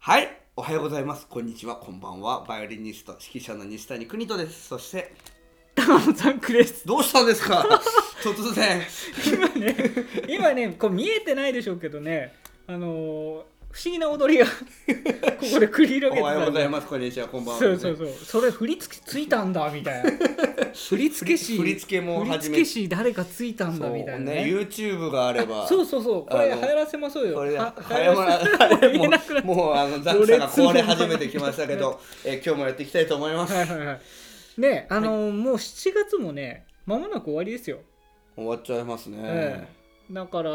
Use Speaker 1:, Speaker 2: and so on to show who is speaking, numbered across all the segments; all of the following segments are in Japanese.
Speaker 1: はい、おはようございます。こんにちは、こんばんは。バイオリニスト指揮者の西谷邦人です。そして、
Speaker 2: 玉野ザンクです
Speaker 1: どうしたんですか 突然。
Speaker 2: 今ね今ねこう見えてないでしょうけどねあのー不思議な踊りがここで繰り広げて
Speaker 1: おはようござい
Speaker 2: ま
Speaker 1: ます。こんにちは、こんばんは。
Speaker 2: そうそうそうそれ振り付けついたんだみたいな振り付け師
Speaker 1: 振り付けも
Speaker 2: 振り
Speaker 1: 始
Speaker 2: 付
Speaker 1: め
Speaker 2: け師誰かついたん
Speaker 1: そ
Speaker 2: だ
Speaker 1: う
Speaker 2: み
Speaker 1: ね
Speaker 2: たいなね
Speaker 1: YouTube があれば。
Speaker 2: あそうそうそうこれ
Speaker 1: あの
Speaker 2: 流行らせましょうよ
Speaker 1: これ
Speaker 2: は
Speaker 1: 早まら
Speaker 2: 流行らせ
Speaker 1: も
Speaker 2: 言えなくなっ
Speaker 1: うもうあのザックさんが壊れ始めてきましたけど、えー今日もやっていきたいと思います。
Speaker 2: たはいはいはいねあのーもう7月もねまもなく終わりですよ
Speaker 1: 終わっちゃいますね。
Speaker 2: ええ、だから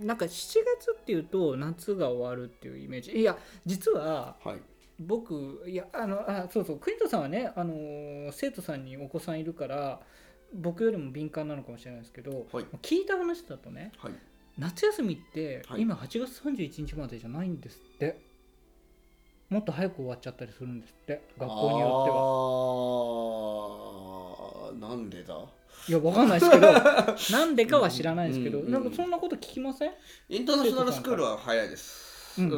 Speaker 2: なんか7月っていうと夏が終わるっていうイメージいや実は
Speaker 1: はい。
Speaker 2: 僕いやあのあそうそうクイントさんはねあの生徒さんにお子さんいるから僕よりも敏感なのかもしれないですけど、
Speaker 1: はい
Speaker 2: 聞いた話だとね
Speaker 1: はい。
Speaker 2: 夏休みって
Speaker 1: はい
Speaker 2: 今8月31日までじゃないんですって、もっと早く終わっちゃったりするんですって学校によっては
Speaker 1: よっては。なんでだ
Speaker 2: いやわかんないですけど なんでかは知らないですけど、
Speaker 1: うんうん
Speaker 2: なんかそんなこと聞きません
Speaker 1: インターナショナルスクールは早いです。
Speaker 2: うんう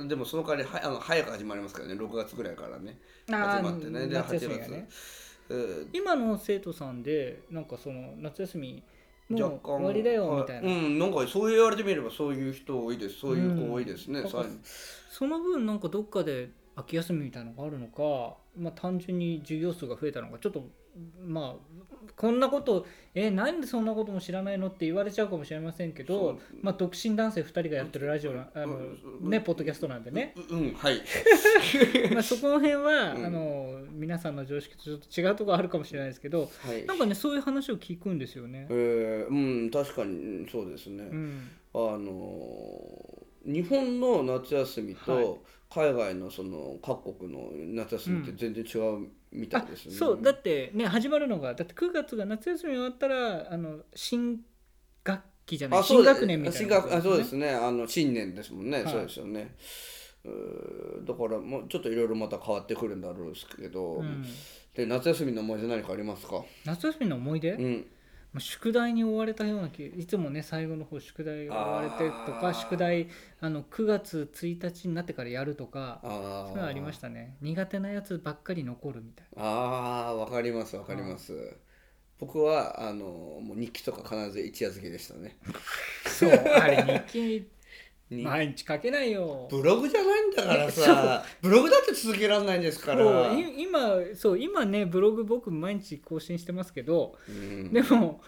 Speaker 2: んう
Speaker 1: でもその代わりはあの早く始まりますからね、6月ぐらいからね。
Speaker 2: あー
Speaker 1: 始まってねで
Speaker 2: 夏
Speaker 1: 8
Speaker 2: 休みが
Speaker 1: 月
Speaker 2: ね
Speaker 1: うん
Speaker 2: 今の生徒さんでなんかその夏休みもう終わりだよ
Speaker 1: は
Speaker 2: みたいな、
Speaker 1: うん、なんかそう言われてみればそういう人多いです、そういう
Speaker 2: うん
Speaker 1: 子多いですね。
Speaker 2: なんか
Speaker 1: さらに
Speaker 2: その分なんかどっかで秋休みみたいなのがあるのか、まあ、単純に授業数が増えたのかちょっとまあこんなことえなんでそんなことも知らないのって言われちゃうかもしれませんけど、
Speaker 1: そう
Speaker 2: まあ、独身男性2人がやってるラジオなあの、
Speaker 1: うん
Speaker 2: ね、ポッドキャストなんでね、
Speaker 1: ううん、 はい。
Speaker 2: まあ、そこの辺は、
Speaker 1: うん
Speaker 2: あの皆さんの常識とちょっと違うところあるかもしれないですけど
Speaker 1: はい
Speaker 2: なんかねそういう話を聞くんですよね
Speaker 1: え。ー、うん確かにうんそうですね、
Speaker 2: うん
Speaker 1: あのー日本の夏休みと海外のその各国の夏休みって全然違うみたいですね、
Speaker 2: あそうだってね始まるのがだって9月が夏休み終わったらあの新学期じゃない
Speaker 1: あそう
Speaker 2: 新
Speaker 1: で
Speaker 2: 学年みたい
Speaker 1: あ新
Speaker 2: なこと
Speaker 1: 学あそうですねあの新年ですもんね、
Speaker 2: はい
Speaker 1: そうですよねうーだからもうちょっといろいろまた変わってくるんだろうですけど、
Speaker 2: うん
Speaker 1: で夏休みの思い出何かありますか、
Speaker 2: 夏休みの思い出、
Speaker 1: う
Speaker 2: も
Speaker 1: ん、
Speaker 2: う宿題に追われたような気いつもね最後の方宿題追われてと
Speaker 1: あー
Speaker 2: か宿題あの9月1日になってからやるとか
Speaker 1: あ
Speaker 2: そういう
Speaker 1: ー
Speaker 2: のありましたね苦手なやつばっかり残るみたい
Speaker 1: あーわかりますわかります、僕はあのもう日記とか必ず一夜漬けでしたね
Speaker 2: なそうあれ日記
Speaker 1: に
Speaker 2: 毎日書けないよ
Speaker 1: ブログじゃないんだからさブログだって続けられないんですから、
Speaker 2: そうい今そう今ねブログ僕毎日更新してますけど
Speaker 1: うん
Speaker 2: でも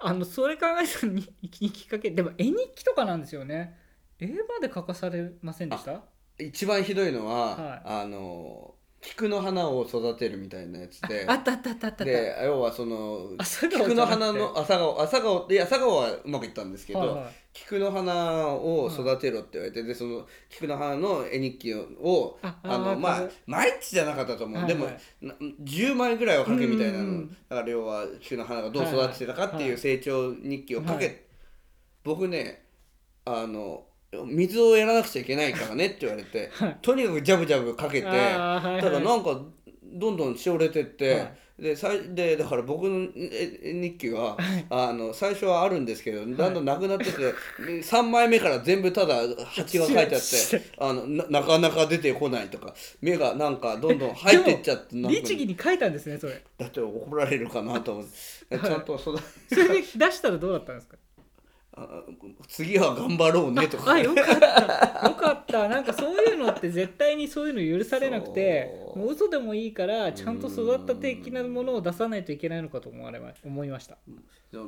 Speaker 2: あのそれ考えたらに日記かけでも絵日記とかなんですよね絵まで書かされませんでした
Speaker 1: 一番ひどいのは、
Speaker 2: はい
Speaker 1: あの菊の花を育てるみたいなやつで
Speaker 2: あったあったあったあったあった
Speaker 1: で要はその
Speaker 2: 朝顔
Speaker 1: 菊
Speaker 2: じゃ
Speaker 1: の
Speaker 2: なくて
Speaker 1: 花の朝顔朝顔いや朝顔はうまくいったんですけど、
Speaker 2: はいはい
Speaker 1: 菊の花を育てろって言われて、でその菊の花の絵日記を
Speaker 2: あ
Speaker 1: あ
Speaker 2: あ
Speaker 1: の
Speaker 2: ー
Speaker 1: ま
Speaker 2: こ
Speaker 1: あ
Speaker 2: れ
Speaker 1: 毎日じゃなかったと思う、
Speaker 2: はいはい
Speaker 1: でもな10枚ぐらいは書けみたいな
Speaker 2: うんう
Speaker 1: の
Speaker 2: ん
Speaker 1: だから要は菊の花がどう育ってたかって
Speaker 2: はい
Speaker 1: いう
Speaker 2: はい
Speaker 1: 成長日記を書け、
Speaker 2: はい
Speaker 1: 僕ねあの水をやらなくちゃいけないからねって言われて、
Speaker 2: はい
Speaker 1: とにかくジャブジャブかけて。
Speaker 2: あーはいはい
Speaker 1: ただなんかどんどんしおれてって、
Speaker 2: は
Speaker 1: で最でだから僕のえ日記は、あの最初はあるんですけどだんだんなくなってて、3枚目から全部ただ蜂が書いてあっ
Speaker 2: して
Speaker 1: あのななかなか出てこないとか目がなんかどんどん入ってっちゃってなんか
Speaker 2: 律儀に書いたんですねそれ
Speaker 1: だって怒られるかなと思って
Speaker 2: はい
Speaker 1: ちゃんと育て
Speaker 2: それで出したらどうだったんですか
Speaker 1: あ次は頑張ろ うねとか
Speaker 2: あよかったよかったなんかそういうのって絶対にそういうの許されなくて
Speaker 1: そう
Speaker 2: もう嘘でもいいからちゃんと育った的なものを出さないといけないのかと思われま思いました、
Speaker 1: うんだか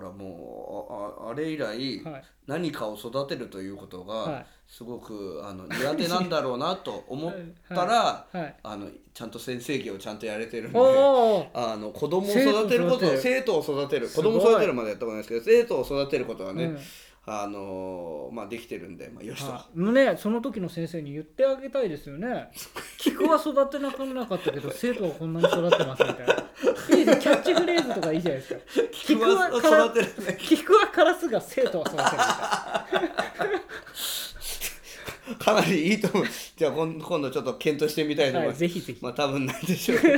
Speaker 1: らもうあああれ以来、
Speaker 2: はい
Speaker 1: 何かを育てるということが、
Speaker 2: はい
Speaker 1: すごくあの苦手なんだろうなと思ったら、
Speaker 2: はい、
Speaker 1: あのちゃんと先生業をちゃんとやれてるんで
Speaker 2: おおー
Speaker 1: あの子供を育てること生徒を育てる子
Speaker 2: すごい
Speaker 1: 供を育てるまでやったことないですけど生徒を育てることはね、
Speaker 2: うん
Speaker 1: あのまあ、できてるんで、まあ、よしと、
Speaker 2: はいねその時の先生に言ってあげたいです よね菊は育てなくなかったけど生徒はこんなに育ってますみたいないいですキャッチフレーズとかいいじゃないですか
Speaker 1: 菊は
Speaker 2: 菊は
Speaker 1: 育てるね
Speaker 2: 菊はカラスが生徒は育てるみたいな
Speaker 1: かなりいいと思う じゃあ今今度ちょっと検討してみたいと思い
Speaker 2: は
Speaker 1: ま
Speaker 2: い、
Speaker 1: す、
Speaker 2: ぜひぜひ。
Speaker 1: まあ多分ないで しょうけ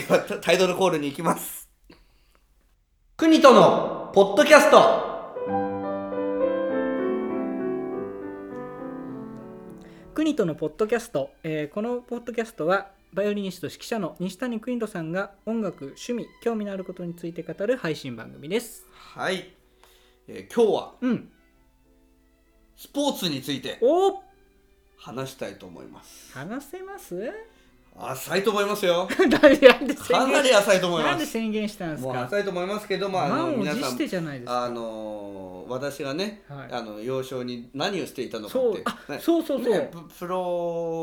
Speaker 1: どではタタイトルコールに行きます国とのポッドキャスト
Speaker 2: 国とのポッドキャスト、えーこのポッドキャストはバイオリニスト指揮者の西谷邦人さんが音楽趣味興味のあることについて語る配信番組です
Speaker 1: はい、えー今日は
Speaker 2: うん
Speaker 1: スポーツについて
Speaker 2: おー
Speaker 1: 話したいと思います
Speaker 2: 話せます
Speaker 1: 浅いと思いますよ
Speaker 2: なんでなんで
Speaker 1: か
Speaker 2: 宣
Speaker 1: なり
Speaker 2: 言
Speaker 1: 浅いと思い
Speaker 2: な
Speaker 1: ま
Speaker 2: んです宣言したんです
Speaker 1: もう
Speaker 2: か
Speaker 1: 浅いと思いますけどまああの
Speaker 2: 満を
Speaker 1: 皆
Speaker 2: 持
Speaker 1: さ
Speaker 2: し
Speaker 1: ん
Speaker 2: てじゃないですか
Speaker 1: あのー私がね、
Speaker 2: はい
Speaker 1: あの幼少に何をしていたのか
Speaker 2: そ
Speaker 1: っ
Speaker 2: う
Speaker 1: て
Speaker 2: あ
Speaker 1: ね
Speaker 2: そうそうそう、
Speaker 1: ねププ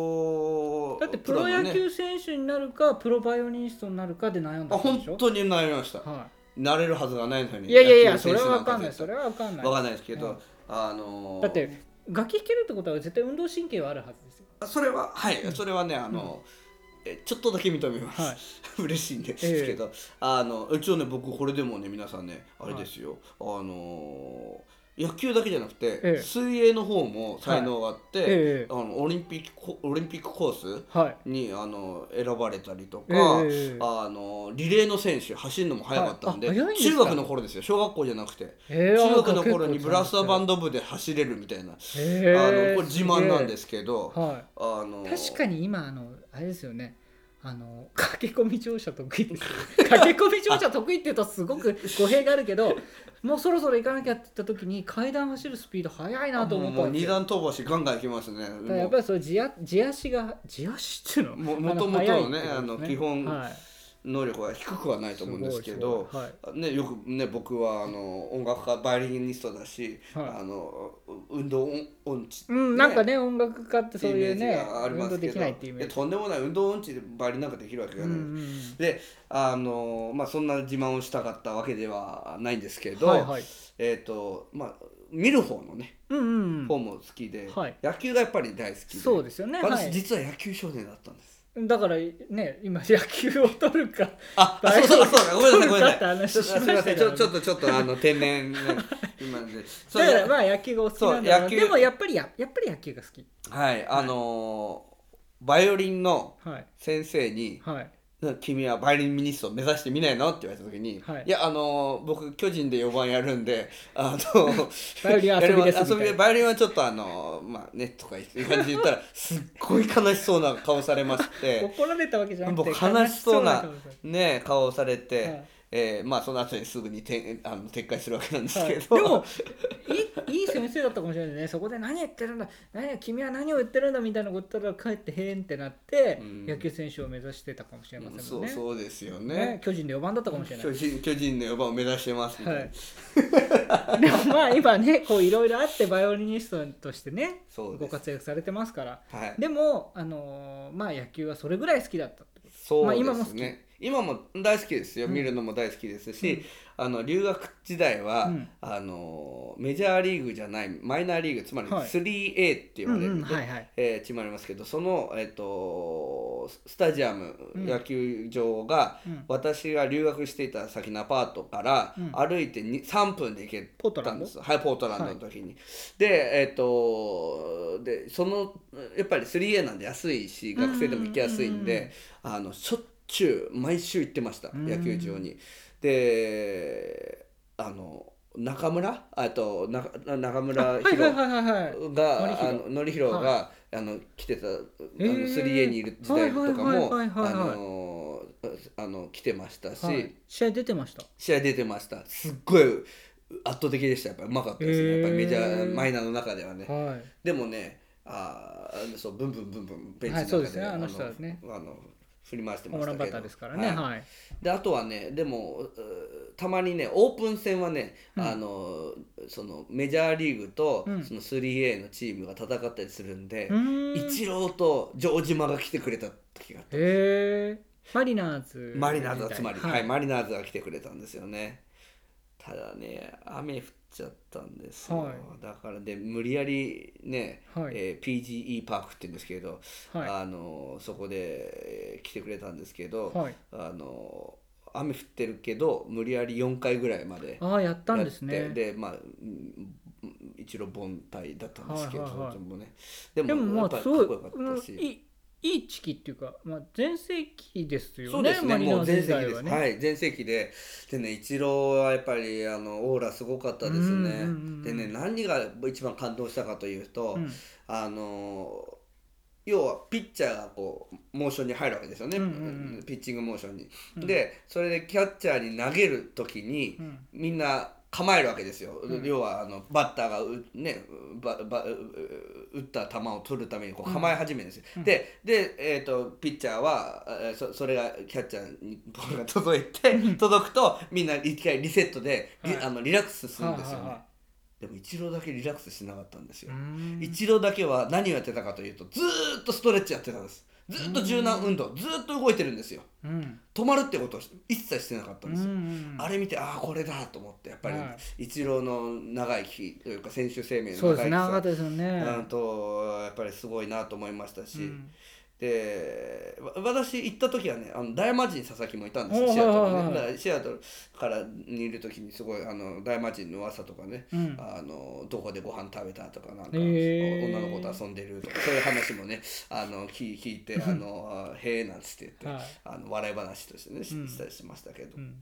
Speaker 1: ロ
Speaker 2: だってプロ野
Speaker 1: のね
Speaker 2: 球選手になるかプロバイオリニストになるかで
Speaker 1: あ
Speaker 2: 悩んだんで
Speaker 1: 本
Speaker 2: しょ
Speaker 1: 当に悩みました、
Speaker 2: は
Speaker 1: なれるはずがないの
Speaker 2: い、
Speaker 1: に
Speaker 2: いやいやいや
Speaker 1: 野球
Speaker 2: それ
Speaker 1: 選手
Speaker 2: は
Speaker 1: ん
Speaker 2: 分かんないそ
Speaker 1: 絶
Speaker 2: れは分かんな
Speaker 1: 対
Speaker 2: い
Speaker 1: わかんないですけど、
Speaker 2: うん
Speaker 1: あのー
Speaker 2: だって楽器弾けるってことは絶対運動神経はあるはずですよ
Speaker 1: それははいそれはねあの、えちょっとだけ認めます、
Speaker 2: はい
Speaker 1: 嬉しいんですけど、あの一応ね僕これでもね皆さんねあれですよ、あのー野球だけじゃなくて、
Speaker 2: ええ
Speaker 1: 水泳の方も才能があって、
Speaker 2: ええ
Speaker 1: あのオリンピックコオリンピックコース
Speaker 2: はい
Speaker 1: にあの選ばれたりとか、
Speaker 2: ええええ
Speaker 1: あのリレーの選手走るのも速かったんで,、
Speaker 2: はいあ早いんです
Speaker 1: 中
Speaker 2: か
Speaker 1: 学の頃ですよ小学校じゃなくて
Speaker 2: えー
Speaker 1: 中学の頃にブラスターバン
Speaker 2: ド、
Speaker 1: ド部で走れるみたいな、
Speaker 2: え
Speaker 1: あのこれ自慢なんですすけど、
Speaker 2: げえは
Speaker 1: あの
Speaker 2: い、確かに今あのあれですよねあの駆け込み乗車得意です駆け込み乗車得意って言うとすごく語弊があるけどもうそろそろ行かなきゃって言った時に階段走るスピード速いなと思った
Speaker 1: もうん
Speaker 2: です
Speaker 1: 二
Speaker 2: よ
Speaker 1: 段飛ばしガンガンいきますね
Speaker 2: だからやっぱりそれ地足が地足っていうの
Speaker 1: も
Speaker 2: あ
Speaker 1: もともとのね
Speaker 2: 速いってことです
Speaker 1: あの基本
Speaker 2: は
Speaker 1: 能力は低くはない
Speaker 2: い
Speaker 1: と思うんですけど
Speaker 2: すごいす
Speaker 1: ね、よくね僕はあの音楽家バイオリニストだし、
Speaker 2: ごいはい、はい
Speaker 1: あの運動音音痴
Speaker 2: うん、なんかね音楽家ってそういう
Speaker 1: イメー
Speaker 2: ね
Speaker 1: ジがあり
Speaker 2: 運
Speaker 1: ま
Speaker 2: 動
Speaker 1: す
Speaker 2: で
Speaker 1: け
Speaker 2: き
Speaker 1: ど
Speaker 2: ないっていうイメー
Speaker 1: や
Speaker 2: ジ
Speaker 1: とんでもない運動音痴でバイオリンなんかできるわけ
Speaker 2: うん
Speaker 1: が
Speaker 2: う
Speaker 1: ない、
Speaker 2: ん
Speaker 1: であのまあそんな自慢をしたかったわけではないんですけ
Speaker 2: うん
Speaker 1: ど、
Speaker 2: はいはい
Speaker 1: えっ、とまあ見る方のね
Speaker 2: うんうんう
Speaker 1: 方
Speaker 2: ん
Speaker 1: も好きで、
Speaker 2: はい
Speaker 1: 野球がやっぱり大好きで
Speaker 2: そうですよね、は
Speaker 1: 私
Speaker 2: い、
Speaker 1: 実は野球少年だったん です。
Speaker 2: だからね今野球を取るか
Speaker 1: あ、あそうそうそうだ、ごめんなさい、ごめんな
Speaker 2: 取るかっ
Speaker 1: さ
Speaker 2: て
Speaker 1: い。
Speaker 2: 話
Speaker 1: ちょ
Speaker 2: し
Speaker 1: す
Speaker 2: ました
Speaker 1: みません、ちょ、ちょっ
Speaker 2: と
Speaker 1: と、ちょっと、あの、天然な。今ので。そ
Speaker 2: だ
Speaker 1: れ
Speaker 2: か
Speaker 1: で
Speaker 2: らまあ野球がお好きなんだろ
Speaker 1: そう野
Speaker 2: う
Speaker 1: 球
Speaker 2: でもやっぱりややっぱり野球が好き
Speaker 1: はい、あのーバイオリンの
Speaker 2: はい
Speaker 1: 先生に。
Speaker 2: はい
Speaker 1: 君はバイオリンミニストを目指してみないのって言われた時に、
Speaker 2: はい
Speaker 1: やあのー僕巨人で4番やるんであの
Speaker 2: バイオリンは
Speaker 1: や
Speaker 2: 遊びですみたいな
Speaker 1: りま遊びバイオリンはちょっとあのーまあねとかいう感じで言っ たらすっごい悲しそうな顔されまして
Speaker 2: 怒られたわけじゃなく
Speaker 1: 僕
Speaker 2: て
Speaker 1: 悲しそうな
Speaker 2: 悲し
Speaker 1: ね顔をされて、
Speaker 2: はい
Speaker 1: えーまあその後にすぐにてあの撤回するわけなんです
Speaker 2: はい
Speaker 1: け
Speaker 2: で
Speaker 1: ど、
Speaker 2: もいいいい先生だったかもしれないねそこで何言ってるんだ何や君は何を言ってるんだみたいなことから帰ってへーんってなって、
Speaker 1: うん
Speaker 2: 野球選手を目指してたかもしれません
Speaker 1: そ
Speaker 2: もん
Speaker 1: う
Speaker 2: ね,、
Speaker 1: そうですよ
Speaker 2: ね
Speaker 1: ね
Speaker 2: 巨人で4番だったかもしれない
Speaker 1: 巨人巨人の4番を目指してますみたいな、
Speaker 2: はい、でもまあ今ねこういろいろあってバイオリニストとしてね
Speaker 1: そう
Speaker 2: ご
Speaker 1: です
Speaker 2: 活躍されてますから
Speaker 1: はい
Speaker 2: でも、あのーまあ野球はそれぐらい好きだったってこ
Speaker 1: そうですね、
Speaker 2: まあ今も好き
Speaker 1: 今も大好きですよ、
Speaker 2: うん
Speaker 1: 見るのも大好きですし、あの留学時代は、
Speaker 2: うん
Speaker 1: あのメジャーリーグじゃないマイナーリーグつまり
Speaker 2: はい
Speaker 1: 3A って
Speaker 2: と
Speaker 1: 言われる、
Speaker 2: うんうんはいはい
Speaker 1: えーチームありますけどその、えっとスタジアム、
Speaker 2: うん
Speaker 1: 野球場が
Speaker 2: うん
Speaker 1: 私が留学していた先のアパートから
Speaker 2: うん
Speaker 1: 歩いてに3分で行け
Speaker 2: ポートラ
Speaker 1: た
Speaker 2: ン
Speaker 1: ん
Speaker 2: ド
Speaker 1: ですはいポートランドの時に。でえっ、とでそのやっぱり 3A なんで安いし学生でも行きやすいんで、あのしょっちゅう毎週行ってました
Speaker 2: うん
Speaker 1: 野球場に。であの中村あとな中
Speaker 2: あ
Speaker 1: 村
Speaker 2: はい
Speaker 1: 宏
Speaker 2: はいはいはいはい
Speaker 1: があ
Speaker 2: 典弘
Speaker 1: の典弘が、
Speaker 2: は
Speaker 1: あの来てたあの
Speaker 2: えー
Speaker 1: 3A にいる時代とかも
Speaker 2: はいはいは
Speaker 1: あ
Speaker 2: いはいはい
Speaker 1: のあの来てましたし、
Speaker 2: はい試合出てました
Speaker 1: 試合出てましたすっごい圧倒的でしたやっぱりうまかったですね、
Speaker 2: え
Speaker 1: や
Speaker 2: ー
Speaker 1: っぱりメジャーマイナーの中ではね、
Speaker 2: はい
Speaker 1: でもねあーあのそうブンブンブンブンベンチ
Speaker 2: はいそ
Speaker 1: の
Speaker 2: う
Speaker 1: 中
Speaker 2: です
Speaker 1: で、
Speaker 2: ねあの人はね
Speaker 1: あの振り回して
Speaker 2: ホ
Speaker 1: ま
Speaker 2: ーム
Speaker 1: し
Speaker 2: ラ
Speaker 1: た
Speaker 2: ン
Speaker 1: けど
Speaker 2: バッターですからね
Speaker 1: はい
Speaker 2: はい
Speaker 1: であとはねでもうーたまにねオープン戦はね、
Speaker 2: うん
Speaker 1: あのそのメジャーリーグと、
Speaker 2: うん
Speaker 1: その 3A のチームが戦ったりするんで、
Speaker 2: うーん
Speaker 1: イチローと城島が来てくれた時があって、
Speaker 2: へえマリナーズ
Speaker 1: マリナーズがつまり、
Speaker 2: はい、
Speaker 1: はいマリナーズが来てくれたんですよねただね雨降っちゃったんですよ、
Speaker 2: はい
Speaker 1: だからで無理やりね、
Speaker 2: はい
Speaker 1: えー PGE パークって言うんですけど、
Speaker 2: はい
Speaker 1: あのそこでえー来てくれたんですけど、
Speaker 2: はい
Speaker 1: あの雨降ってるけど無理やり4回ぐらいまで
Speaker 2: ああやったんです
Speaker 1: や
Speaker 2: ね
Speaker 1: ってでまあうんうん一応凡退だったんですけど、
Speaker 2: はいはいはい
Speaker 1: でもねでも
Speaker 2: でも
Speaker 1: や
Speaker 2: まあ
Speaker 1: っ
Speaker 2: す
Speaker 1: ぱり
Speaker 2: ご
Speaker 1: か
Speaker 2: い
Speaker 1: っこよかったし、
Speaker 2: うんいいいい時期っていうか、まあ、全盛期ですよね
Speaker 1: そうですね
Speaker 2: マリナ
Speaker 1: も
Speaker 2: ー
Speaker 1: う
Speaker 2: ズ
Speaker 1: 全
Speaker 2: 時
Speaker 1: 盛期
Speaker 2: 代
Speaker 1: です
Speaker 2: はね。
Speaker 1: はい全盛期ででね一郎はやっぱりあのオーラすごかったです
Speaker 2: うんうん
Speaker 1: ね
Speaker 2: うんうん
Speaker 1: でね何が一番感動したかというと、
Speaker 2: うん
Speaker 1: あの要はピッチャーがこうモーションに入るわけですよね、
Speaker 2: うんうんうん
Speaker 1: ピッチングモーションに。
Speaker 2: うん
Speaker 1: でそれでキャッチャーに投げる時に、
Speaker 2: うん
Speaker 1: みんな構えるわけですよ、
Speaker 2: うん
Speaker 1: 要はあのバッターがう、ね、ばばう打った球を取るためにこう構え始めるんですよ、
Speaker 2: うん
Speaker 1: でで、えー、とピッチャーはえーそそれがキャッチャーにボールが届いて届くとみんな一回リセットで、リ
Speaker 2: はい
Speaker 1: あのリラックスするんですよね、
Speaker 2: は
Speaker 1: でも一郎だけリラックスしなかったんです
Speaker 2: いは
Speaker 1: よ
Speaker 2: いはいう、ーん
Speaker 1: 一郎だけは何をやってたかというとずーっとストレッチやってたんですずーっと柔軟運動ずーっと動いてるんですよ
Speaker 2: うん
Speaker 1: 止まるってことを一切してなかったんですよ、
Speaker 2: うん
Speaker 1: あれ見てああこれだと思ってやっぱり
Speaker 2: は
Speaker 1: 一郎の長い日というか選手生命
Speaker 2: そ
Speaker 1: の
Speaker 2: うですね長か
Speaker 1: 長
Speaker 2: っ
Speaker 1: い
Speaker 2: たですよね
Speaker 1: うんとやっぱりすごいなと思いましたし、
Speaker 2: うん
Speaker 1: でわ私行った時はねあの大魔神佐々木もいたんです
Speaker 2: お
Speaker 1: よ
Speaker 2: ー
Speaker 1: シアト
Speaker 2: はいは
Speaker 1: ルね
Speaker 2: いはい
Speaker 1: だからシアトルからにいる時にすごいあの大魔神の噂とかね、
Speaker 2: うん
Speaker 1: あのどこでご飯食べたとかなんか、
Speaker 2: へー
Speaker 1: 女の子と遊んでると かそういう話もねあの聞い聞いて「あのあへえ」なんつって言って、
Speaker 2: はい
Speaker 1: あの笑い話としてねし
Speaker 2: うん
Speaker 1: したりしましたけど。
Speaker 2: うん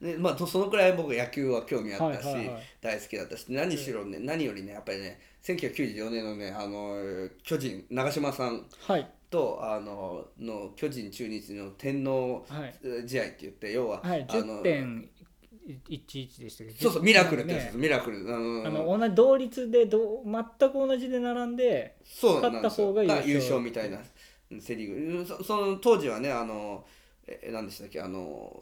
Speaker 1: でまあ、とそのくらい僕野球は興味あったし、
Speaker 2: はいはいはい
Speaker 1: 大好きだったし何しろね、何よりねやっぱりね1994年のねあの巨人長嶋さん
Speaker 2: はい
Speaker 1: とあのの巨人中日の天皇
Speaker 2: はい
Speaker 1: 試合って言って要は、
Speaker 2: はい
Speaker 1: あの
Speaker 2: 10.11でしたけど
Speaker 1: そうそうミラクルってやつです、
Speaker 2: ね
Speaker 1: ミラクルあの
Speaker 2: あの同じ同率でどう全く同じで並んで
Speaker 1: そうなんですよ
Speaker 2: 勝った方が優勝
Speaker 1: 優勝みたいなセ・リーグそその当時はねあのえ何でしたっけあの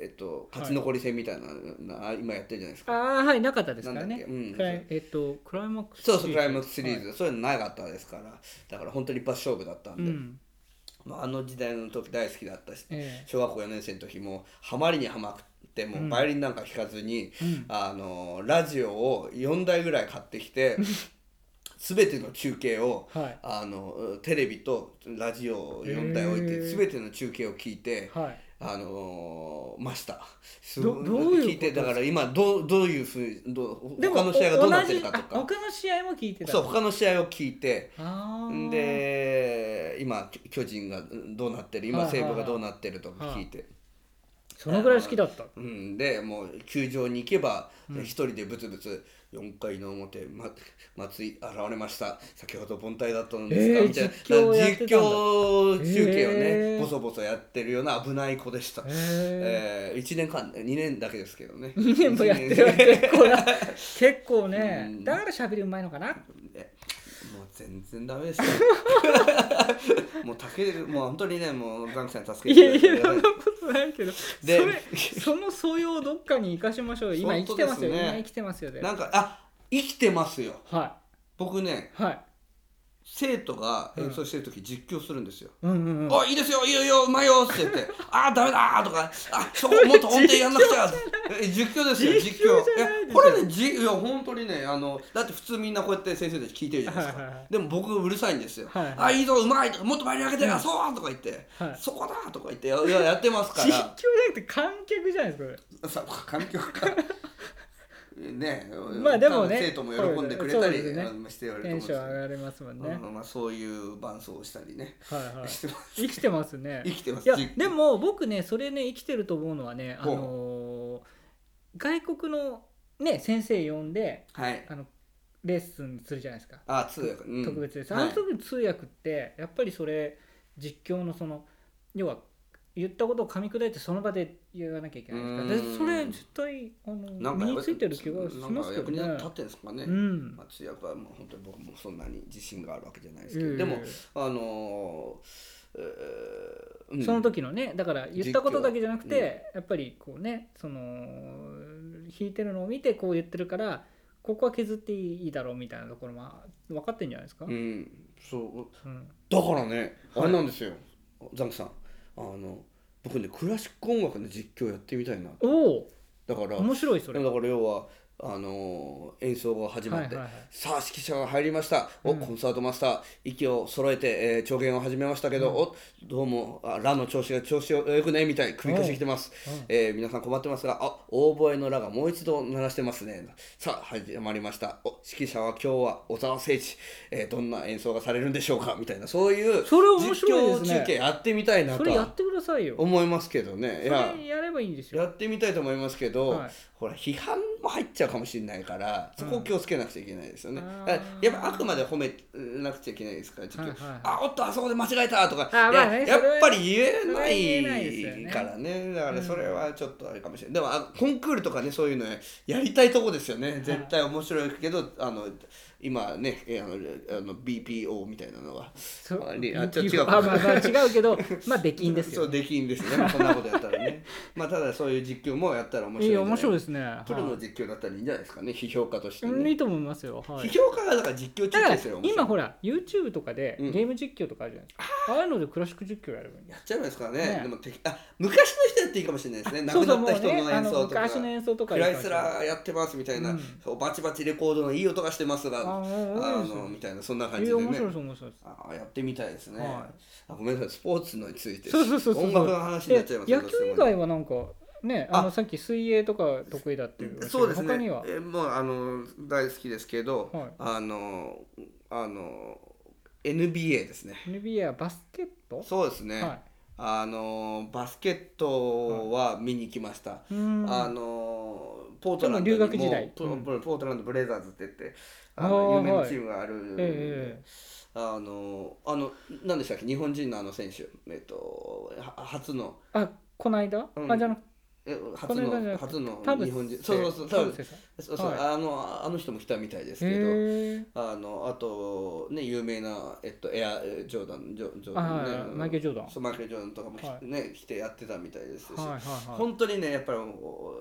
Speaker 1: えっと勝ち残り戦みたいな、な今やってるじゃないです
Speaker 2: あ
Speaker 1: か。
Speaker 2: あはいなかったですから
Speaker 1: なんだっ
Speaker 2: ね
Speaker 1: けうん
Speaker 2: クライえっとクライマックス
Speaker 1: そうそうクライマックスシリーズ、
Speaker 2: は
Speaker 1: そういうのなかったですからだから本当に一発勝負だったん
Speaker 2: い
Speaker 1: で、
Speaker 2: うん
Speaker 1: まあ、あの時代の時大好きだったし、
Speaker 2: え
Speaker 1: 小学校4年生の時もハマりにはまっても
Speaker 2: うん
Speaker 1: うバイオリンなんか弾かずに、
Speaker 2: えうん
Speaker 1: あのラジオを4台ぐらい買ってきて全ての中継を
Speaker 2: はい
Speaker 1: あのテレビとラジオを4台置い
Speaker 2: へ
Speaker 1: て
Speaker 2: ー
Speaker 1: 全ての中継を聞いて。
Speaker 2: はい
Speaker 1: あのましたす
Speaker 2: ど
Speaker 1: ご
Speaker 2: どういうこと
Speaker 1: 聞いてだから今どうどういうふうにどう
Speaker 2: でも
Speaker 1: 他の試合がどうなってるかと
Speaker 2: 同
Speaker 1: か
Speaker 2: じあ他の試合も聞いてた
Speaker 1: そう他の試合を聞いて
Speaker 2: あー
Speaker 1: で今巨巨人がうんどうなってる今
Speaker 2: はいはい
Speaker 1: 西
Speaker 2: はい
Speaker 1: 武がどうなってるとか聞いて、
Speaker 2: そのぐらい好きだった
Speaker 1: うん、でもう球場に行けば
Speaker 2: うん
Speaker 1: 一人でブツブツ4回の表、ま、松井現れました先ほど凡退だったんですが、
Speaker 2: えー
Speaker 1: みたいな
Speaker 2: 実況をやってたんだ
Speaker 1: 実況中継をね、
Speaker 2: へー
Speaker 1: ボソボソやってるような危ない子でした。
Speaker 2: へえ
Speaker 1: えー、1年間2年だけですけどね
Speaker 2: 2年もやってるわ
Speaker 1: 一年
Speaker 2: 結構な結構ね
Speaker 1: うん
Speaker 2: だから喋りうまいのかな
Speaker 1: もう全然ダメ ですよもう竹でもう本当にねもうザンクさんに助け
Speaker 2: い
Speaker 1: て
Speaker 2: やいや
Speaker 1: ただ
Speaker 2: そん
Speaker 1: て
Speaker 2: なことないけどそ
Speaker 1: で
Speaker 2: れ その素養をどっかに生かしましょう今生きてます
Speaker 1: 本当
Speaker 2: よ
Speaker 1: ですね
Speaker 2: 今生きてますよで
Speaker 1: なんかあ生きてますよ
Speaker 2: は
Speaker 1: 僕ね
Speaker 2: いはい
Speaker 1: 生徒が
Speaker 2: うん
Speaker 1: 演奏してる時実況するんですよ「
Speaker 2: うんうんうん
Speaker 1: おいいいですよいいよいいようまいよ」って言って「あーダメだ」とか「あそこもっと音程やんなくちゃ」え実況ですよ実
Speaker 2: 実
Speaker 1: 況
Speaker 2: 況じゃない
Speaker 1: い
Speaker 2: で
Speaker 1: や
Speaker 2: すよ
Speaker 1: これねじいや本当にねあのだって普通みんなこうやって先生たち聞いてるじゃないですか、
Speaker 2: はいはいはい
Speaker 1: でも僕うるさいんですよ「
Speaker 2: はいはい
Speaker 1: あいいぞうまい」とか「もっと前に上げてよ、そう」とか言って「
Speaker 2: はい
Speaker 1: そこだ」とか言ってやややってますか
Speaker 2: 実況じゃ
Speaker 1: ら
Speaker 2: なくて観客じゃないですかこれ
Speaker 1: さ環境か ね
Speaker 2: まあでもね
Speaker 1: 生徒も喜んでくれたり、
Speaker 2: そうですね
Speaker 1: あのしておると
Speaker 2: テ
Speaker 1: 思うんで
Speaker 2: ン
Speaker 1: す
Speaker 2: シ
Speaker 1: け
Speaker 2: ョ
Speaker 1: ど
Speaker 2: ン上がりますもんねは
Speaker 1: うんまあ、そういう伴奏をしたりね、
Speaker 2: いはい
Speaker 1: してます
Speaker 2: 生きてますね
Speaker 1: 生きてます
Speaker 2: いや
Speaker 1: 実
Speaker 2: でも僕ねそれね生きてると思うのはねあ
Speaker 1: ほう
Speaker 2: のー外国のね先生呼んで
Speaker 1: はい
Speaker 2: あのレッスンするじゃないですか
Speaker 1: あ通訳、うん、
Speaker 2: 特別です、
Speaker 1: はい
Speaker 2: あの時の通訳ってやっぱりそれ実況のその要は言ったことを噛み砕いてその場で言わなきゃいけないですから
Speaker 1: う
Speaker 2: で
Speaker 1: ん
Speaker 2: それ絶対あ
Speaker 1: な
Speaker 2: の
Speaker 1: んか
Speaker 2: 身についてる気がしますけど
Speaker 1: なんか役に
Speaker 2: ね
Speaker 1: 立。ってんですかね、
Speaker 2: うん
Speaker 1: まあ、通訳はもう本当に僕もそんなに自信があるわけじゃないですけど、でもあのーえーうん
Speaker 2: その時のねだから言ったことだけじゃなくて、やっぱりこうねその弾いてるのを見てこう言ってるからここは削っていいだろうみたいなところも分かってんじゃないですか、
Speaker 1: うんそう
Speaker 2: うん
Speaker 1: だからねあれなんですよ、ザンクさんあの僕ねクラシック音楽の実況やってみたいな
Speaker 2: おお
Speaker 1: だから
Speaker 2: 面白いそれ、
Speaker 1: だから要はあのー演奏が始まって、
Speaker 2: はいはいはい
Speaker 1: さあ指揮者が入りましたお、
Speaker 2: うん
Speaker 1: コンサートマスター息を揃えて、えー、調弦を始めましたけど、おどうもあラの調子が調子よよくねみたい繰り返してきてます、
Speaker 2: うん
Speaker 1: えー皆さん困ってますがあオーボエのラがもう一度鳴らしてますねさあ始まりましたお指揮者は今日は小沢誠一、えーどんな演奏がされるんでしょうかみたいなそういう
Speaker 2: それ面白いですね
Speaker 1: 実況中継やってみたいな
Speaker 2: そ
Speaker 1: と
Speaker 2: れや
Speaker 1: は
Speaker 2: ってくださいよ
Speaker 1: 思いますけどねいや
Speaker 2: それやればいいんですよ
Speaker 1: やってみたいと思いますけど、
Speaker 2: はい
Speaker 1: ほら批判も入っちゃうかもしれないからそこを気をつけなくちゃいけないですよね、
Speaker 2: うん
Speaker 1: だからやっぱあくまで褒めなくちゃいけないですから、
Speaker 2: はいはい
Speaker 1: あおっとあそこで間違えたとか
Speaker 2: あまあね
Speaker 1: いや
Speaker 2: それ
Speaker 1: や
Speaker 2: は
Speaker 1: っぱり言えな
Speaker 2: それは言えないですよ
Speaker 1: い
Speaker 2: ね
Speaker 1: からねだからそれはちょっとあれかもしれない、でもあコンクールとかねそういうのやりたいとこですよね絶対面白いけどあの今ねえあのあの BPO みたいなのが
Speaker 2: そ
Speaker 1: ありあちょ
Speaker 2: い
Speaker 1: 違
Speaker 2: いうまあまあまあ違うけど まあできんです
Speaker 1: そ
Speaker 2: よ
Speaker 1: うできんですよねこんなことやったらねまあただそういう実況もやったら面白い
Speaker 2: い
Speaker 1: ん
Speaker 2: い
Speaker 1: じゃな
Speaker 2: 面白いですね
Speaker 1: プロ
Speaker 2: は
Speaker 1: の
Speaker 2: い
Speaker 1: 実況だったらいいんじゃないですかね批評家として
Speaker 2: うんい
Speaker 1: ね
Speaker 2: いと思いますよはい
Speaker 1: 批評家がだから実況
Speaker 2: だ
Speaker 1: 中
Speaker 2: から
Speaker 1: 継するよ面白
Speaker 2: 今
Speaker 1: い
Speaker 2: ほら YouTube とかで
Speaker 1: うん
Speaker 2: ゲーム実況とかあるじゃないですか、ああいうのでクラシック実況やればいいんだ
Speaker 1: やっちゃいますからね
Speaker 2: ね
Speaker 1: でもてあ昔の人やっていいかもしれないですね亡くなった人の演
Speaker 2: あの
Speaker 1: 奏とか
Speaker 2: 昔の演奏とか
Speaker 1: クライス
Speaker 2: ー
Speaker 1: ラーやってますみたいな、
Speaker 2: うん
Speaker 1: こうバチバチレコードのいい音がしてますが
Speaker 2: あ
Speaker 1: あ
Speaker 2: あ
Speaker 1: のみたいなそんな感
Speaker 2: い
Speaker 1: じ
Speaker 2: や
Speaker 1: で
Speaker 2: 面白い
Speaker 1: ね
Speaker 2: です面白いです
Speaker 1: あーやってみたいですね、
Speaker 2: は
Speaker 1: あごめんなさいスポーツのについて
Speaker 2: そうそうそうそう
Speaker 1: 音楽の話になっちゃいます
Speaker 2: で
Speaker 1: けど
Speaker 2: 野球以外はなんかね
Speaker 1: あ
Speaker 2: あのさっき水泳とか得意だっていう
Speaker 1: そうですね
Speaker 2: 他には
Speaker 1: えもうあの大好きですけど、
Speaker 2: はい
Speaker 1: あのあの NBA ですね
Speaker 2: NBA はバスケット
Speaker 1: そうですね、
Speaker 2: はい
Speaker 1: あのバスケットは見に行きました、
Speaker 2: うーん
Speaker 1: あのポートランドに
Speaker 2: でも留学時代
Speaker 1: ポ
Speaker 2: うん
Speaker 1: ポポートランドブレザーズって言ってあ
Speaker 2: あ
Speaker 1: の
Speaker 2: ー
Speaker 1: 有名な
Speaker 2: はい
Speaker 1: チームがある、
Speaker 2: え
Speaker 1: あのあの何でしたっけ日本人のあの選手えっとは初の
Speaker 2: あこの間、
Speaker 1: うん
Speaker 2: あじゃなくて
Speaker 1: え初
Speaker 2: この間じ
Speaker 1: の
Speaker 2: ゃなくて
Speaker 1: 初の
Speaker 2: 田臥
Speaker 1: 日本人そうそうそう多分
Speaker 2: 田臥さん
Speaker 1: そうそう、
Speaker 2: はい
Speaker 1: あのあの人も来たみたいですけど、
Speaker 2: へ
Speaker 1: あのあとね有名な、えっと、エアえージョーダンジョジョー
Speaker 2: ー
Speaker 1: ダ
Speaker 2: あ
Speaker 1: ン、ね
Speaker 2: はいマイケル・ジョーダン
Speaker 1: そうマイケル・ジョーダンとかもき、
Speaker 2: はい
Speaker 1: ね来てやってたみたいですし、
Speaker 2: はいはいはい
Speaker 1: 本当にねやっぱりお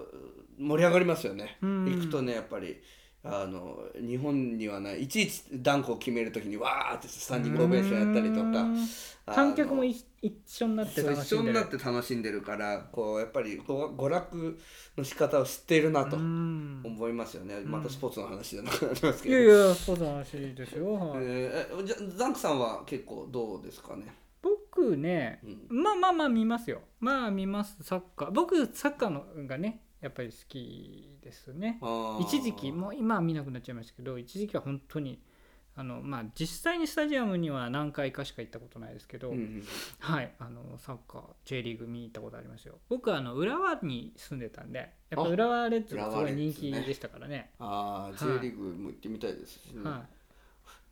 Speaker 1: 盛り上がりますよね
Speaker 2: うん
Speaker 1: 行くとねやっぱりあの日本にはないいちいちダンクを決めるときにわーってスタンディングオベーションやったりと
Speaker 2: う
Speaker 1: か
Speaker 2: ーん
Speaker 1: あの
Speaker 2: 観客も一一緒になって
Speaker 1: そう
Speaker 2: 楽
Speaker 1: 一
Speaker 2: し
Speaker 1: 緒
Speaker 2: んで
Speaker 1: に
Speaker 2: る
Speaker 1: なって楽しんでるからこうやっぱりこう娯楽の仕方を知っているなと
Speaker 2: うーん
Speaker 1: 思いますよね、またスポーツの話じゃなくなりますけ
Speaker 2: い
Speaker 1: ど
Speaker 2: やいやそうの話ですよ、はい
Speaker 1: えー、えじゃザンクさんは結構どうですかね、
Speaker 2: 僕ね
Speaker 1: うん、
Speaker 2: まあまあまあ見ますよまあ見ますサッカー僕サッカーのがねやっぱり好きですね
Speaker 1: あー
Speaker 2: 一時期もう今は見なくなっちゃいましたけど一時期は本当にあのまあ実際にスタジアムには何回かしか行ったことないですけど、
Speaker 1: うんうん
Speaker 2: はいあのサッカー J リーグ見に行ったことありますよ僕はあの浦和に住んでたんでやっぱ浦和レッズがすごい人気でしたからね
Speaker 1: ああ、
Speaker 2: はい
Speaker 1: J リーグも行ってみたいですしね、
Speaker 2: は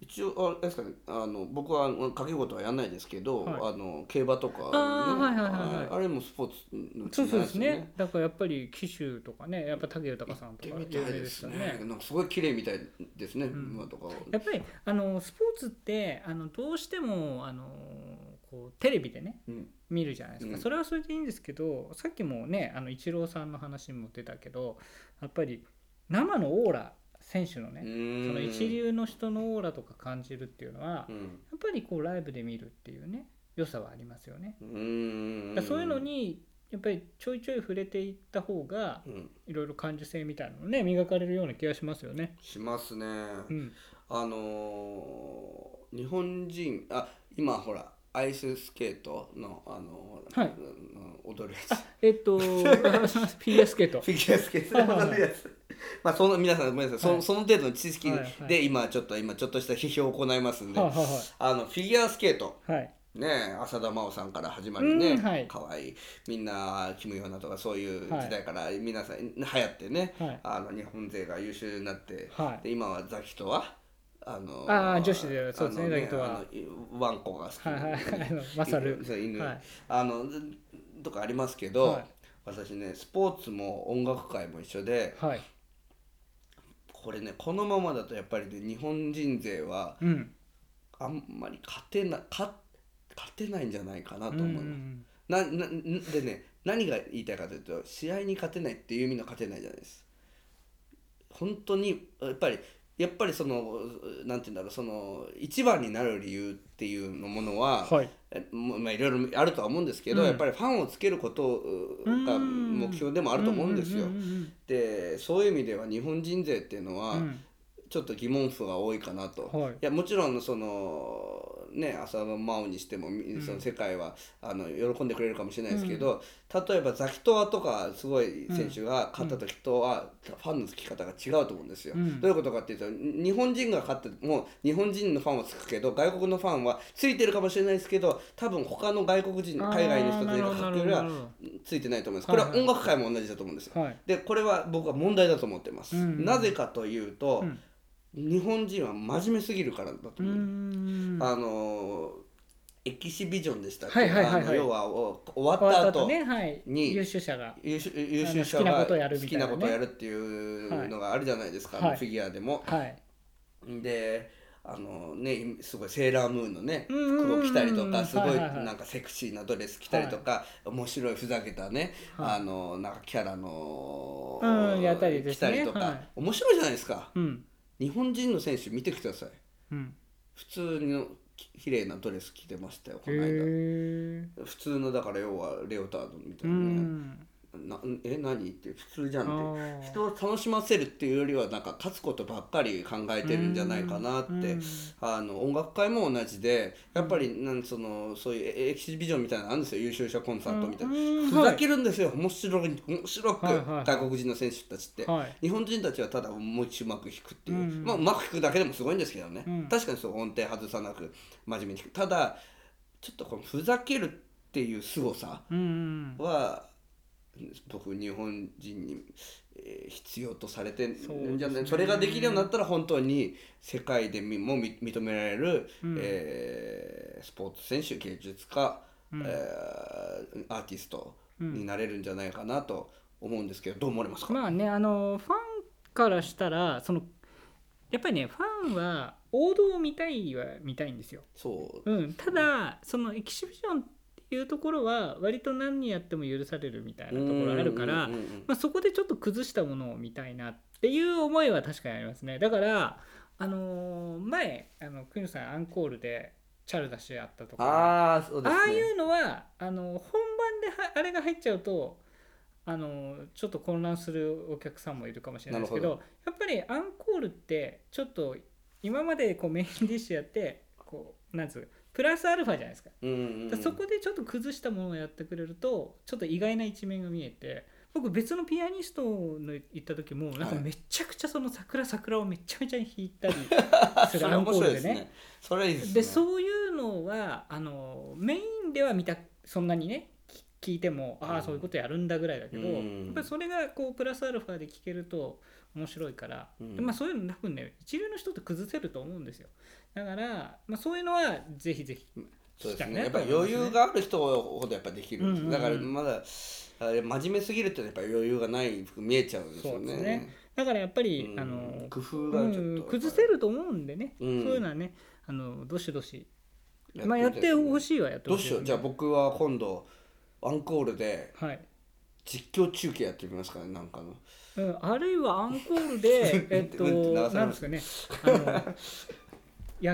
Speaker 1: 一応あれですかねあの僕はあの掛け事はやんないですけど、
Speaker 2: は
Speaker 1: あの競馬とか、ね
Speaker 2: あーはいはいはいはい
Speaker 1: ああれもスポーツの
Speaker 2: い、
Speaker 1: うち
Speaker 2: そう
Speaker 1: じゃ
Speaker 2: そう
Speaker 1: ない
Speaker 2: ですねだからやっぱり紀州とかねやっぱ武豊さんとか
Speaker 1: 行っ
Speaker 2: 有名
Speaker 1: てみたい
Speaker 2: で
Speaker 1: で
Speaker 2: し
Speaker 1: す
Speaker 2: た
Speaker 1: ね
Speaker 2: ね
Speaker 1: なんかすごい綺麗みたいですね、
Speaker 2: ん
Speaker 1: 馬とかは
Speaker 2: やっぱりあのスポーツってあのどうしてもあのこうテレビでね
Speaker 1: うん
Speaker 2: 見るじゃないですか、
Speaker 1: うん
Speaker 2: それはそれでいいんですけどさっきもねあのイチローさんの話も出たけどやっぱり生のオーラ選手の
Speaker 1: う
Speaker 2: ね、
Speaker 1: ーん
Speaker 2: その一流の人のオーラとか感じるっていうのは、
Speaker 1: う
Speaker 2: や
Speaker 1: ん
Speaker 2: っぱりこうライブで見るっていうね良さはありますよね。
Speaker 1: うーん
Speaker 2: だからそういうのにやっぱりちょいちょい触れていった方が
Speaker 1: うん
Speaker 2: いろいろ感受性みたいなのね磨かれるような気がしますよね。
Speaker 1: しますね、
Speaker 2: うん、
Speaker 1: あのー日本人あ今ほらアイススケートのあのー、
Speaker 2: はい
Speaker 1: うん踊るやつ
Speaker 2: えっ とフィギュアスケート
Speaker 1: フィギュアスケートで踊るやつまあその皆さんごめんなさい、
Speaker 2: はい
Speaker 1: そのその程度の知識
Speaker 2: はいはい
Speaker 1: で今ちょっと今ちょっとした批評を行いますんで、
Speaker 2: はいはいはい
Speaker 1: あのフィギュアスケート
Speaker 2: はい。
Speaker 1: ね浅田真央さんから始まりね、
Speaker 2: うんはい
Speaker 1: かわいいみんなキム・ヨナとかそういう
Speaker 2: はい
Speaker 1: 時代から皆さん流行ってね、
Speaker 2: はい
Speaker 1: あの日本勢が優秀になって、
Speaker 2: はい
Speaker 1: で今はザキとはあの
Speaker 2: あー女子でそうですね
Speaker 1: あの
Speaker 2: ザキとは
Speaker 1: あのワンコが好き
Speaker 2: はいはいはいあのマサル
Speaker 1: そう犬、
Speaker 2: はい
Speaker 1: あのとかありますけど、
Speaker 2: はい
Speaker 1: 私ねスポーツも音楽界も一緒で
Speaker 2: はい。
Speaker 1: これねこのままだとやっぱりね日本人勢は
Speaker 2: うん。
Speaker 1: あんまり勝てな勝勝てないんじゃないかなと思います。
Speaker 2: うん
Speaker 1: ななでね何が言いたいかというと試合に勝てないっていう意味の勝てないじゃないです本当にやっぱりやっぱりそのなんて言うんだろうその一番になる理由っていうのものは、
Speaker 2: はい。
Speaker 1: えもうまあいろいろあるとは思うんですけど、
Speaker 2: うん
Speaker 1: やっぱりファンをつけることが
Speaker 2: うん
Speaker 1: 目標でもあると思うんですよ。
Speaker 2: うんうん
Speaker 1: でそういう意味では日本人勢っていうの
Speaker 2: うん
Speaker 1: は
Speaker 2: うん
Speaker 1: ちょっと疑問符が多いかなと。
Speaker 2: はい
Speaker 1: いやもちろんそのね浅田真央にしてもみ
Speaker 2: うん
Speaker 1: その世界は、あの喜んでくれるかもしれないですけど、例えばザキトワとかすごい選手が勝った時とは、ファンのつき方が違うと思うんですよ。
Speaker 2: うん
Speaker 1: どういうことかっていうと日本人が勝っても日本人のファンはつくけど外国のファンはついてるかもしれないですけど多分他の外国人海外の人たちが勝ってるよ
Speaker 2: あー
Speaker 1: りは
Speaker 2: なるほどなる
Speaker 1: ついてないと思います。こ
Speaker 2: はい
Speaker 1: れ
Speaker 2: はい
Speaker 1: は音楽界も同じだと思うんですよ。
Speaker 2: ほどはい
Speaker 1: でこれは僕は問題だと思ってます、
Speaker 2: うんうん
Speaker 1: なぜかというと
Speaker 2: う、ん
Speaker 1: 日本人は真面目すぎるからだと
Speaker 2: うー
Speaker 1: 思う、
Speaker 2: ん
Speaker 1: あのエキシビジョンでしたっけ
Speaker 2: はいはいはいはい
Speaker 1: あの要はお終
Speaker 2: 終
Speaker 1: わっ
Speaker 2: わったた
Speaker 1: 後
Speaker 2: 後ねはい
Speaker 1: に
Speaker 2: 優秀者が
Speaker 1: 優秀優秀者
Speaker 2: あの好きな
Speaker 1: が
Speaker 2: ことをやる
Speaker 1: 好
Speaker 2: み
Speaker 1: き
Speaker 2: たいな
Speaker 1: な
Speaker 2: ね
Speaker 1: ことをやるっていうのがあるじゃないですか、
Speaker 2: はい
Speaker 1: あのフィギュアでも。
Speaker 2: はい
Speaker 1: であのね、すごいセーラームーンのね
Speaker 2: うんうんう
Speaker 1: 服
Speaker 2: ん
Speaker 1: を着たりと
Speaker 2: は
Speaker 1: か
Speaker 2: い
Speaker 1: すご
Speaker 2: はい
Speaker 1: い
Speaker 2: はい
Speaker 1: なんかセクシーなドレス着たりとか、面白いふざけたね、
Speaker 2: はい
Speaker 1: あのなんかキャラの、
Speaker 2: うんやったりですね
Speaker 1: 着たりとか、
Speaker 2: はい
Speaker 1: 面白いじゃないですか
Speaker 2: うん
Speaker 1: 日本人の選手見てください
Speaker 2: うん
Speaker 1: 普通のき綺麗なドレス着てましたよこ
Speaker 2: へ
Speaker 1: の間
Speaker 2: え
Speaker 1: 普通のだから要はレオタードみた
Speaker 2: う
Speaker 1: いなね
Speaker 2: ん
Speaker 1: なえ何って普通じゃ
Speaker 2: あ
Speaker 1: んって
Speaker 2: ー
Speaker 1: 人を楽しませるっていうよりはなんか勝つことばっかり考えてるんじゃないかなっ
Speaker 2: うん
Speaker 1: て
Speaker 2: うん
Speaker 1: あの音楽界も同じでやっぱりなんそのそういうエエキシビジョンみたいなのあるんですよ優秀者コンサートみたいな
Speaker 2: うん
Speaker 1: ふざけるんですよ面白い面白く
Speaker 2: はいはいはい
Speaker 1: 外国人の選手たちって
Speaker 2: はい
Speaker 1: 日本人たちはただもう一周うまく弾くっていう、
Speaker 2: うん
Speaker 1: まあ、うまく弾くだけでもすごいんですけどね、
Speaker 2: うん
Speaker 1: 確かにそう音程外さなく真面目に弾くただちょっとこのふざけるっていう凄さ
Speaker 2: うんうん
Speaker 1: は僕日本人に、えー必要とされてん
Speaker 2: そうですね
Speaker 1: じゃないそ,、れができるようになったら本当に世界でみもみ認められる、
Speaker 2: うん
Speaker 1: えースポーツ選手芸術家、
Speaker 2: うん
Speaker 1: えーアーティスト
Speaker 2: うん
Speaker 1: になれるんじゃないかなと思うんですけどどう思われますか、
Speaker 2: まあねあのファンからしたらそのやっぱりねファンは王道を見たいは見たいんですよ。
Speaker 1: そう
Speaker 2: うん、ただそのエキシビジョンっていうところは割と何やっても許されるみたいなところあるから、
Speaker 1: うんうんうん
Speaker 2: まあ、そこでちょっと崩したものを見たいなっていう思いは確かにありますねだから、あのー前あの国野さんアンコールでチャルダシやったとか
Speaker 1: ああそうですね
Speaker 2: ああいうのはあの本番ではあれが入っちゃうとあのちょっと混乱するお客さんもいるかもしれないですけどやっぱりアンコールってちょっと今までこうメインディッシュやってこうなんつうプラスアルファじゃないですか,、
Speaker 1: うんうんうん
Speaker 2: そこでちょっと崩したものをやってくれるとちょっと意外な一面が見えて僕別のピアニストの行った時もなんか
Speaker 1: はい
Speaker 2: めちゃくちゃその桜桜をめちゃめちゃ弾いたり
Speaker 1: あ
Speaker 2: す
Speaker 1: そ
Speaker 2: る
Speaker 1: れ
Speaker 2: ア
Speaker 1: 面
Speaker 2: ンコー
Speaker 1: 白い
Speaker 2: ル
Speaker 1: で
Speaker 2: ですね。
Speaker 1: ねそれいいですね
Speaker 2: でそういうのはあのメインでは見たそんなにねき聞いてもあ
Speaker 1: う
Speaker 2: あ
Speaker 1: ん
Speaker 2: そういうことやるんだぐらいだけど、
Speaker 1: うん
Speaker 2: やっぱりそれがこうプラスアルファで聞けると面白いから、
Speaker 1: うん
Speaker 2: でまあ、そういうの多分ね一流の人って崩せると思うんですよだから、まあ、そういうのはぜひぜひ
Speaker 1: そう
Speaker 2: 聞
Speaker 1: です
Speaker 2: きたい
Speaker 1: ね。
Speaker 2: な
Speaker 1: やっ
Speaker 2: と
Speaker 1: ぱ
Speaker 2: 思い
Speaker 1: り
Speaker 2: ます
Speaker 1: 余裕
Speaker 2: ね
Speaker 1: がある人ほどやっぱできるんです
Speaker 2: うんうんうん
Speaker 1: だからまだあれ真面目すぎるってやっぱ余裕がない服見えちゃうんですよ
Speaker 2: そう
Speaker 1: ね。
Speaker 2: ですねだからやっぱり、
Speaker 1: うん
Speaker 2: あの
Speaker 1: 工夫がちょっと、
Speaker 2: うん崩せると思うんでね、
Speaker 1: うん
Speaker 2: そういうのはねあのどしどし
Speaker 1: みたいですね。
Speaker 2: まあ、やってほしいはやって
Speaker 1: ど
Speaker 2: ほ
Speaker 1: う
Speaker 2: しい
Speaker 1: しよう。じゃあ僕は今度アンコールで
Speaker 2: あはい
Speaker 1: 実況中継やってみますかねなんかの。
Speaker 2: うん、あるいはアンコール でえっと
Speaker 1: うんって流されます
Speaker 2: なんですかねあの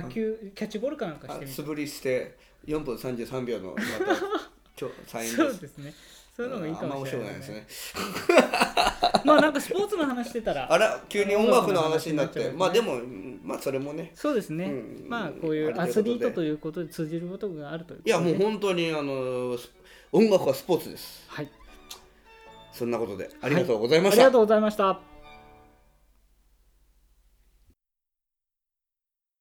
Speaker 2: 野球キャッチボールかなんかし
Speaker 1: あ
Speaker 2: てみ
Speaker 1: 素
Speaker 2: て
Speaker 1: 振りして4分33秒のま たちょサイン
Speaker 2: そうですねそういうのがいい
Speaker 1: あ
Speaker 2: か
Speaker 1: んま
Speaker 2: も
Speaker 1: 面
Speaker 2: し
Speaker 1: 白
Speaker 2: れ
Speaker 1: く
Speaker 2: な
Speaker 1: ないいですね。
Speaker 2: まあなんかスポーツの話してた
Speaker 1: あ
Speaker 2: ら
Speaker 1: ら急に音楽の話になっ
Speaker 2: 音
Speaker 1: て、
Speaker 2: 楽の
Speaker 1: まあ
Speaker 2: 話に
Speaker 1: でもうんまあそれもね。
Speaker 2: そうですね、
Speaker 1: うん
Speaker 2: まあこうい
Speaker 1: あ
Speaker 2: う
Speaker 1: る程度
Speaker 2: ア
Speaker 1: で
Speaker 2: スリートということで通じることがあるということ
Speaker 1: い
Speaker 2: で
Speaker 1: やもう本当にあの音楽はスポーツです。
Speaker 2: はい
Speaker 1: そんなことでありがとうございま
Speaker 2: あ
Speaker 1: し
Speaker 2: り
Speaker 1: た。
Speaker 2: がとうございました